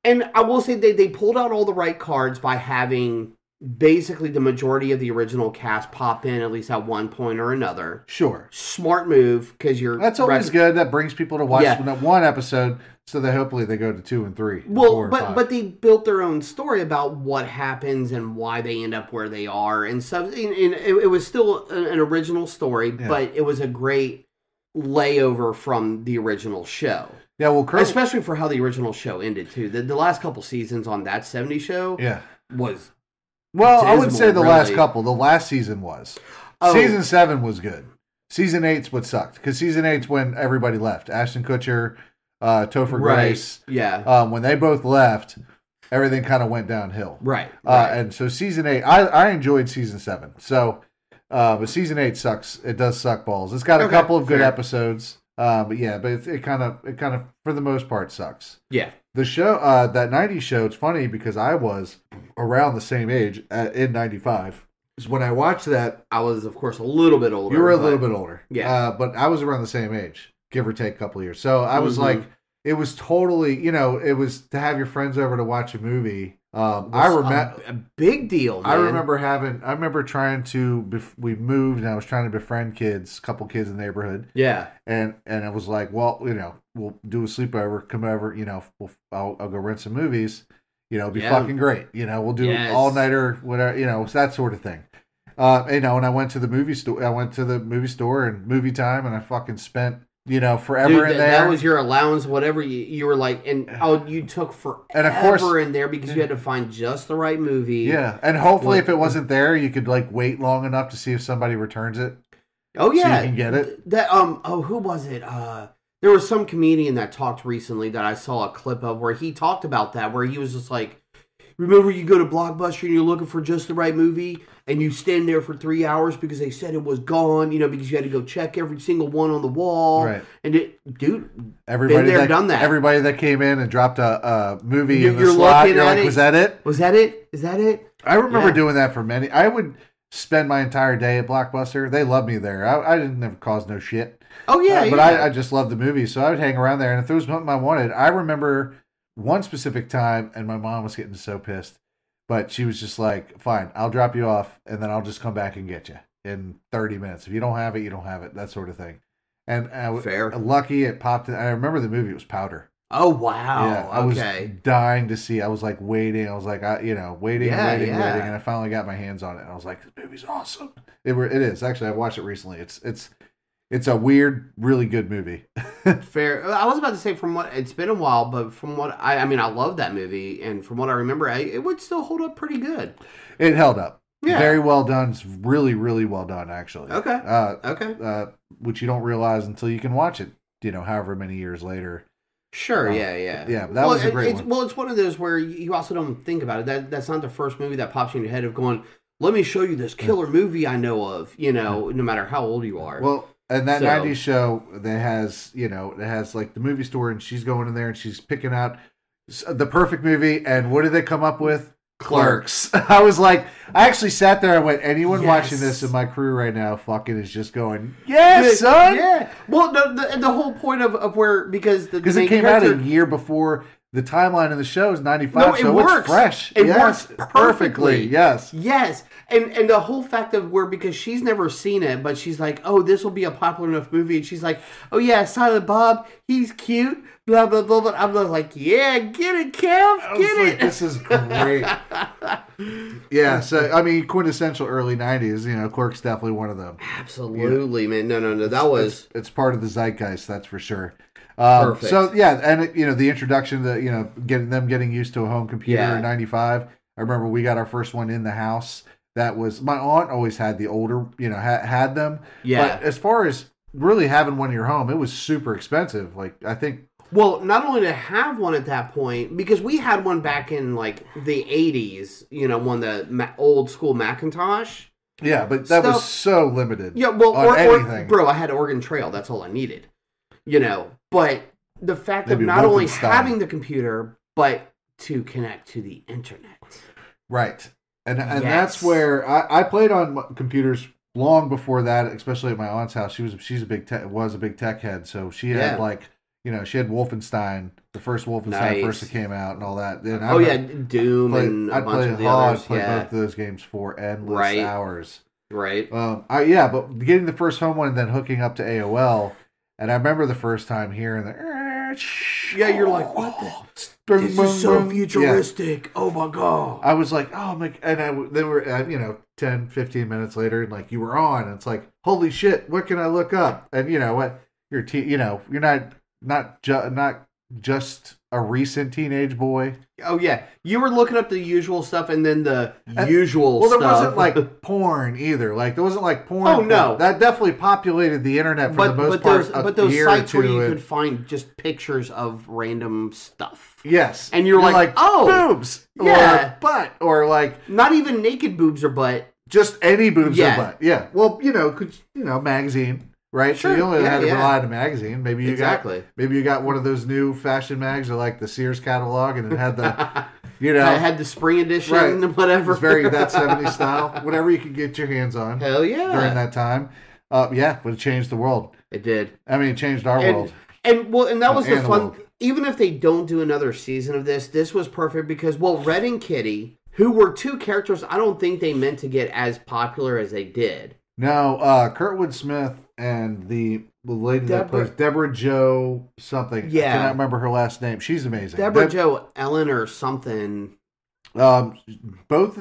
and I will say they they pulled out all the right cards by having basically the majority of the original cast pop in at least at one point or another. sure. smart move because you're That's always right. good. That brings people to watch Yeah. that one episode, so that hopefully they go to two and three. and four Well, and but five. but they built their own story about what happens and why they end up where they are and stuff. And, and it, it was still an, an original story, Yeah. but it was a great layover from the original show, yeah, well, Kurt, especially for how the original show ended too. The, the last couple seasons on that '70 show yeah. was Well, I would Dismal, say the last really. couple. The last season was. Oh. Season seven was good. Season eight's what sucked because season eight's when everybody left. Ashton Kutcher, uh, Topher Grace. yeah, um, when they both left, everything kind of went downhill. right, Uh, right. and so season eight, I, I enjoyed season seven. So, uh, but season eight sucks. It does suck balls. It's got a Okay, couple of good fair. episodes. Uh, but yeah, but it, it kind of, it kind of, for the most part, sucks. yeah, The show, uh, that 90s show, it's funny because I was around the same age uh in 95. So when I watched that, I was of course a little bit older. you were a but- little bit older. Yeah. Uh, but I was around the same age, give or take a couple years. So I was Mhm. like, it was totally, you know, it was to have your friends over to watch a movie. Um, I was a- remember. a, big deal. I man. remember having. I remember trying to. Bef- we moved, and I was trying to befriend kids, couple kids in the neighborhood, Yeah, and and it was like, well, you know, we'll do a sleepover, come over, you know, we'll, I'll, I'll go rent some movies, you know, it'll be Yeah. fucking great, you know, we'll do Yes. all nighter, whatever, you know, that sort of thing. Uh, you know, and I went to the movie store. I went to the movie store and movie time, and I fucking spent, you know, forever Dude, in that, there. that was your allowance, whatever you, you were like, and oh, you took forever And of course- in there because you had to find just the right movie. yeah, and hopefully, if it Well- wasn't there, you could like wait long enough to see if somebody returns it. Oh you yeah, can get it. That um, oh, who was it? Uh, there was some comedian that talked recently that I saw a clip of where he talked about that, where he was just like, "Remember, you go to Blockbuster and you're looking for just the right movie, and you stand there for three hours because they said it was gone, you know, because you had to go check every single one on the wall, Right. And it, dude, Everybody there, that, done that. Everybody that came in and dropped a, a movie You- in the you're slot, looking you're at like, it. was that it? was that it? Is that it? I remember Yeah. doing that for many. I would spend my entire day at Blockbuster. They loved me there. I, I didn't ever cause no shit. Oh yeah, Uh, but yeah. I, I just loved the movie, so I would hang around there. And if there was something I wanted, I remember one specific time, and my mom was getting so pissed, but she was just like, "Fine, I'll drop you off, and then I'll just come back and get you in 30 minutes. If you don't have it, you don't have it. That sort of thing." And I, w- Fair. lucky it popped. in. I remember the movie it was Powder. Oh wow! yeah, I okay. was dying to see. I was like waiting. I was like, I, you know, waiting, Yeah, waiting, yeah. waiting, and I finally got my hands on it. And I was like, this movie's awesome. It were, it is actually. I watched it recently. It's it's it's a weird, really good movie. Fair. I was about to say from what it's been a while, but from what I, I mean, I love that movie, and from what I remember, I, it would still hold up pretty good. It held up. Yeah. very well done. It's really, really well done. Actually, Okay. Uh, Okay. uh, which you don't realize until you can watch it. You know, however many years later. Sure. Uh, yeah. Yeah. yeah, that was a it- great it's, one. Well, it's one of those where you you also don't think about it. That that's not the first movie that pops in your head of going. Let me show you this killer movie I know of. You know, no matter how old you are. Well, and that So- '90s show that has you know it has like the movie store, and she's going in there and she's picking out s- the perfect movie. And what did they come up with? Clerks. I was like, I actually sat there. I went, anyone Yes. watching this in my crew right now, fucking is just going, yes, son. Yeah. Well, the, the and the whole point of, of where because the the because it main came out character- a year before the timeline of the show is 95 No, it so it's works. fresh It Yes, works perfectly. yes Yes, and and the whole fact of where because she's never seen it, but she's like, oh, this will be a popular enough movie, and she's like, oh yeah, Silent Bob, he's cute, blah blah blah. blah. I'm like, yeah, get it, Kev, I was get like, it. this is great Yeah, so I mean, quintessential early '90s. You know, Clerks definitely one of them. Absolutely, man. No, no, no. That was It's part of the zeitgeist, that's for sure. Um, Perfect. so yeah, and it, you know, the introduction to you know getting them getting used to a home computer Yeah. in '95. I remember we got our first one in the house. That was my aunt always had the older, you know, ha- had them. yeah. But as far as really having one in your home, it was super expensive. Like I think Well, not only to have one at that point, because we had one back in like the '80s, you know, one the ma- old school Macintosh. yeah, but that was Stuff- so limited. Yeah, well, on or, or anything. bro, I had Oregon Trail. That's all I needed, you know. But the fact Maybe of not only Wolfenstein. having the computer, but to connect to the internet. Right. And Yes. and that's where I, I played on m- computers long before that, especially at my aunt's house. She was she's a big tech, was a big tech head, so she Yeah. had like you know she had Wolfenstein, the first Wolfenstein Nice. first that came out, and all that. And I oh would yeah, Doom play- and a I'd bunch play of the Hog, others. play Yeah, both of those games for endless Right. hours. right. Um, I yeah, but getting the first home one and then hooking up to AOL, and I remember the first time hearing the Yeah, you're like, what the? Boom, This boom, is so boom. Yeah. futuristic. Oh my god. I was like, oh my, and I, they were, uh, you know, 10, 15 minutes later, and like, you were on. And it's like, holy shit, what can I look up? And you know what? You're, te- you know, you're not, not, ju- not just a recent teenage boy. Oh yeah, you were looking up the usual stuff, and then the Uh, usual. Well, there stuff. wasn't like porn either. Like, there wasn't like porn. Oh, no. That definitely populated the internet for but the most but part. those a but those year or sites where two you in- could find just pictures of random stuff. Yes. and you're like, oh. boobs. Yeah. Or butt. Or like, Not even naked boobs or butt. just any boobs Yeah. or butt. Yeah. Well, you know, could you know, magazine, right? Sure. So you only Yeah, had to yeah. rely on a magazine. Maybe you Exactly. got maybe you got one of those new fashion mags or like the Sears catalog and it had the you know I had the spring edition, Right. it whatever. was very that 70s style. Whatever you could get your hands on Hell yeah, during that time. Uh, yeah, would have changed the world. it did. I mean it changed our And, world. and well, and that And was the fun. analog. Even if they don't do another season of this, this was perfect because well, Red and Kitty, who were two characters, I don't think they meant to get as popular as they did. Now, uh Kurtwood Smith and the the lady that Deborah- plays Deborah Joe something. Yeah. I cannot remember her last name. She's amazing. Deborah Deb- Joe Ellen or something. um both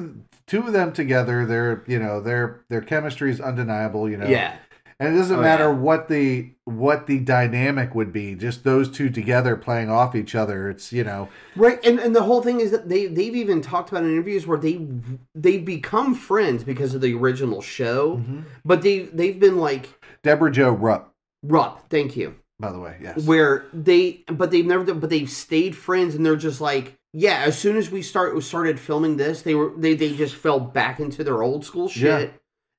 two of them together their you know their their chemistry is undeniable you know Yeah. and it doesn't Oh, matter yeah. what the what the dynamic would be just those two together playing off each other it's you know Right, and, and the whole thing is that they they've even talked about in interviews where they they've become friends because of the original show, but they they've been like deborah joe rupp Rupp, thank you. by the way yes Where they but they've never done- but they've stayed friends and they're just like yeah. As soon as we start started filming this, they were they they just fell back into their old school Yeah. shit,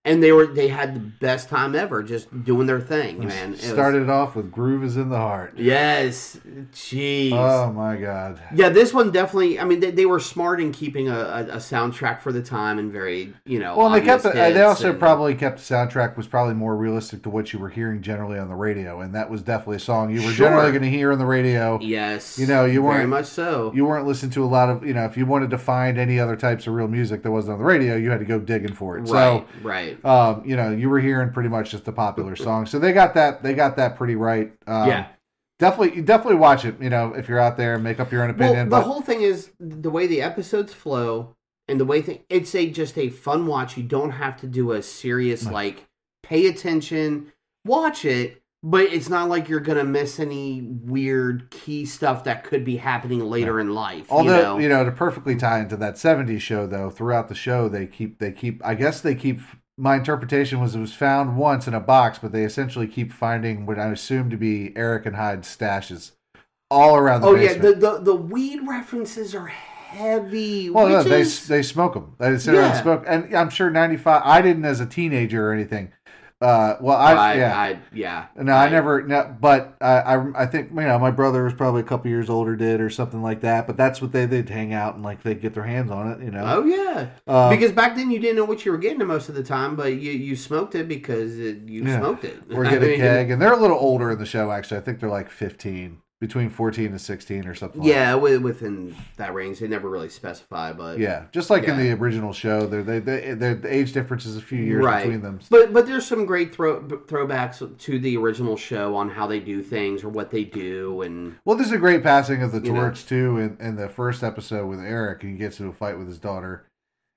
and they were they had the best time ever just doing their thing, man. It was- started it off with groove is in the heart yes, jeez. oh my god Yeah, this one definitely. I mean, they, they were smart in keeping a, a, a soundtrack for the time and very, you know. well, and they kept. The, obvious they hits also and- probably kept the soundtrack was probably more realistic to what you were hearing generally on the radio, and that was definitely a song you were Sure. generally going to hear on the radio. Yes, you know, very you weren't- much so. you weren't listening to a lot of you know if you wanted to find any other types of real music that wasn't on the radio you had to go digging for it right, right. so um, you know you were hearing pretty much just the popular songs so they got that they got that pretty right um, Yeah. definitely you definitely watch it you know if you're out there make up your own Well, opinion the but whole thing is the way the episodes flow and the way thing. It's a just a fun watch. You don't have to do a serious like pay attention, watch it. But it's not like you're gonna miss any weird key stuff that could be happening later in life. although you know? to perfectly tie into that 70s show though throughout the show they keep they keep i guess they keep my interpretation was it was found once in a box but they essentially keep finding what i assume to be eric and hyde's stashes all around the Oh basement. yeah, the, the the weed references are heavy. Well, which no, they is- they smoke them. They sit around Yeah. and smoke. And I'm sure 95. I didn't as a teenager or anything. Uh, well, I, I, yeah. I, yeah. no, I, never. No, but I, I, I think you know my brother was probably a couple years older, did or something like that. But that's what they did: hang out and like they would get their hands on it, you know. Oh yeah, Um, because back then you didn't know what you were getting most of the time, but you you smoked it because it, you Yeah. smoked it. or I get a mean, keg, and they're a little older in the show. Actually, I think they're like 15, between 14 and 16 or something. like that. Yeah, wi- within that range, they never really specify, but yeah. Just like in Yeah. the original show, they're, they they they're, the age difference is a few years Right. between them. But but there's some great throw, throwbacks to the original show on how they do things or what they do, and Well, there's a great passing of the You know? torch too in, in the first episode with Eric. He gets into a fight with his daughter,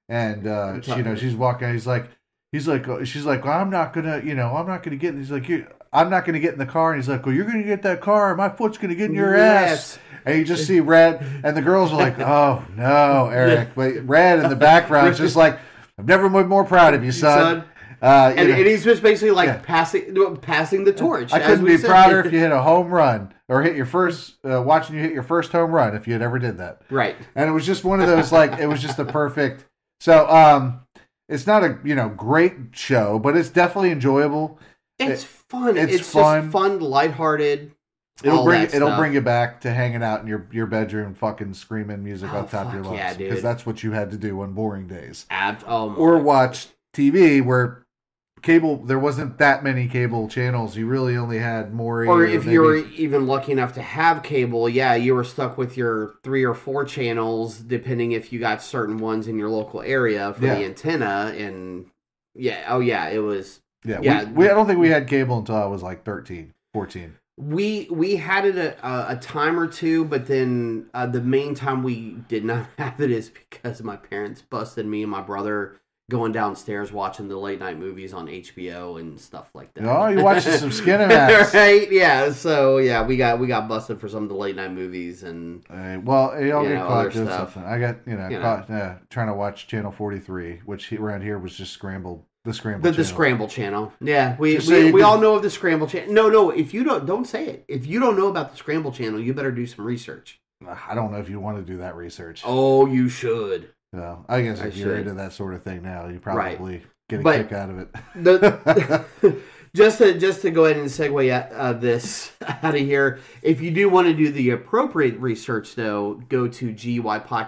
and uh, she, you know she's walking. He's like, he's like, uh, she's like, well, I'm not gonna, you know, I'm not gonna get. in He's like, you, I'm not gonna get in the car. And he's like, well, you're gonna get that car. My foot's gonna get in your ass. Yes. And you just see red, and the girls are like, oh no, Eric. But red in the background is just like, I've never been more proud of you, son. Son. Uh, you And, know, and he's just basically like Yeah. passing passing the torch. I as couldn't we be said. prouder if you hit a home run or hit your first, uh, watching you hit your first home run if you had ever did that. Right. and it was just one of those like it was just the perfect so um it's not a you know great show but it's definitely enjoyable It's fun. it's It's, fun. just fun, lighthearted. it'll all bring that it'll stuff. bring you back to hanging out in your your bedroom fucking screaming music Oh, off top of your fuck lungs yeah, dude. because that's what you had to do on boring days Ab- oh my or watch tv where cable there wasn't that many cable channels you really only had more or if you were are even lucky enough to have cable, yeah, you were stuck with your three or four channels, depending if you got certain ones in your local area for Yeah. the antenna. And yeah, oh yeah, it was. yeah, yeah. We, we- i don't think we had cable until i was like 13 14 We we had it a, a, a time or two, but then uh, the main time we did not have it is because my parents busted me and my brother going downstairs watching the late night movies on HBO and stuff like that. oh you're watching some skinemax right? Yeah. So yeah, we got we got busted for some of the late night movies and Alright, Uh, well, y'all You get know, caught other doing stuff. something. I got you know You know. caught Uh, trying to watch Channel Forty Three, which he- around here was just scrambled. The scramble. the, the channel. Scramble Channel. Yeah, we Just so you we, we can- all know of the Scramble Channel. No, no. If you don't don't say it. If you don't know about the Scramble Channel, you better do some research. I don't know if you want to do that research. Oh, Oh, you should. so, I guess I if you're should. into that sort of thing now, you Right. probably get a But kick out of it. The, just to just to go ahead and segue out- uh, this out of here. If you do want to do the appropriate research, though, go to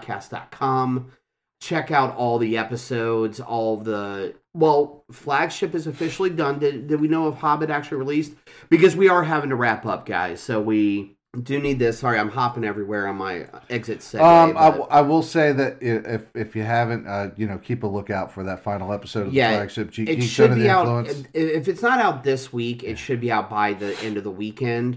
gypodcast.com. Check out all the episodes, all the well, flagship is officially done. Did, did we know if Hobbit actually released? Because we are having to wrap up, guys. So we do need this. Sorry, I'm hopping everywhere on my exit segue. um, but- I, w- I will say that i- if if you haven't, uh, you know, keep a lookout for that final episode of the Yeah, flagship. G- it Geeks should Under be the out Influence. if if it's not out this week it should be out by the end of the weekend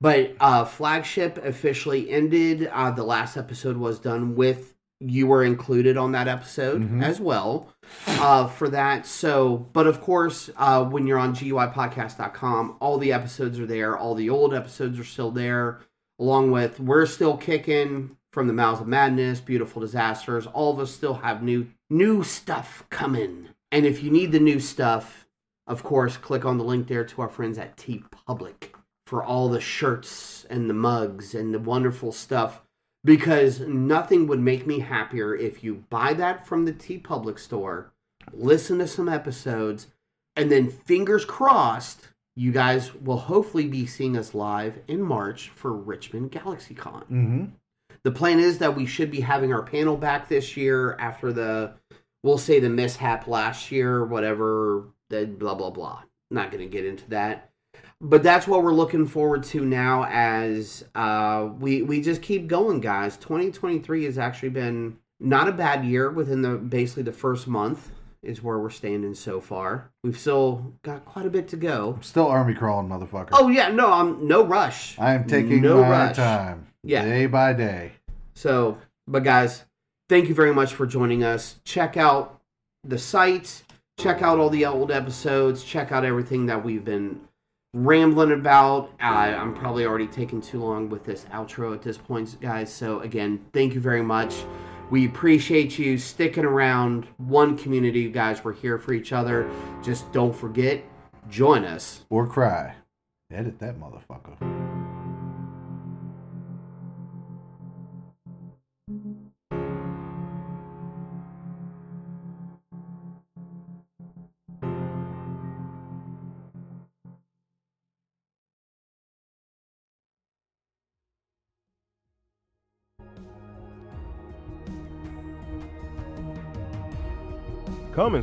but uh flagship officially ended uh the last episode was done with you were included on that episode Mm-hmm. as well uh for that so but of course uh when you're on guipodcast.com all the episodes are there all the old episodes are still there along with we're still kicking from the mouths of madness beautiful disasters all of us still have new new stuff coming and if you need the new stuff of course click on the link there to our friends at t public for all the shirts and the mugs and the wonderful stuff because nothing would make me happier if you buy that from the t public store listen to some episodes and then fingers crossed you guys will hopefully be seeing us live in March for Richmond GalaxyCon. Mhm. The plan is that we should be having our panel back this year after the, we'll say the mishap last year, whatever, the blah, blah, blah. Not going to get into that. But that's what we're looking forward to now as uh, we, we just keep going, guys. 2023 has actually been not a bad year within the basically the first month is where we're standing so far. We've still got quite a bit to go. Still army crawling, motherfucker. Oh yeah, no, I'm no rush. I am taking no my rush. time, Yeah. day by day. So, but guys, thank you very much for joining us. Check out the site. Check out all the old episodes. Check out everything that we've been rambling about. I, I'm probably already taking too long with this outro at this point, guys. So again, thank you very much. We appreciate you sticking around. One community, guys. We're here for each other. Just don't forget, join us or cry. Edit that motherfucker. Coming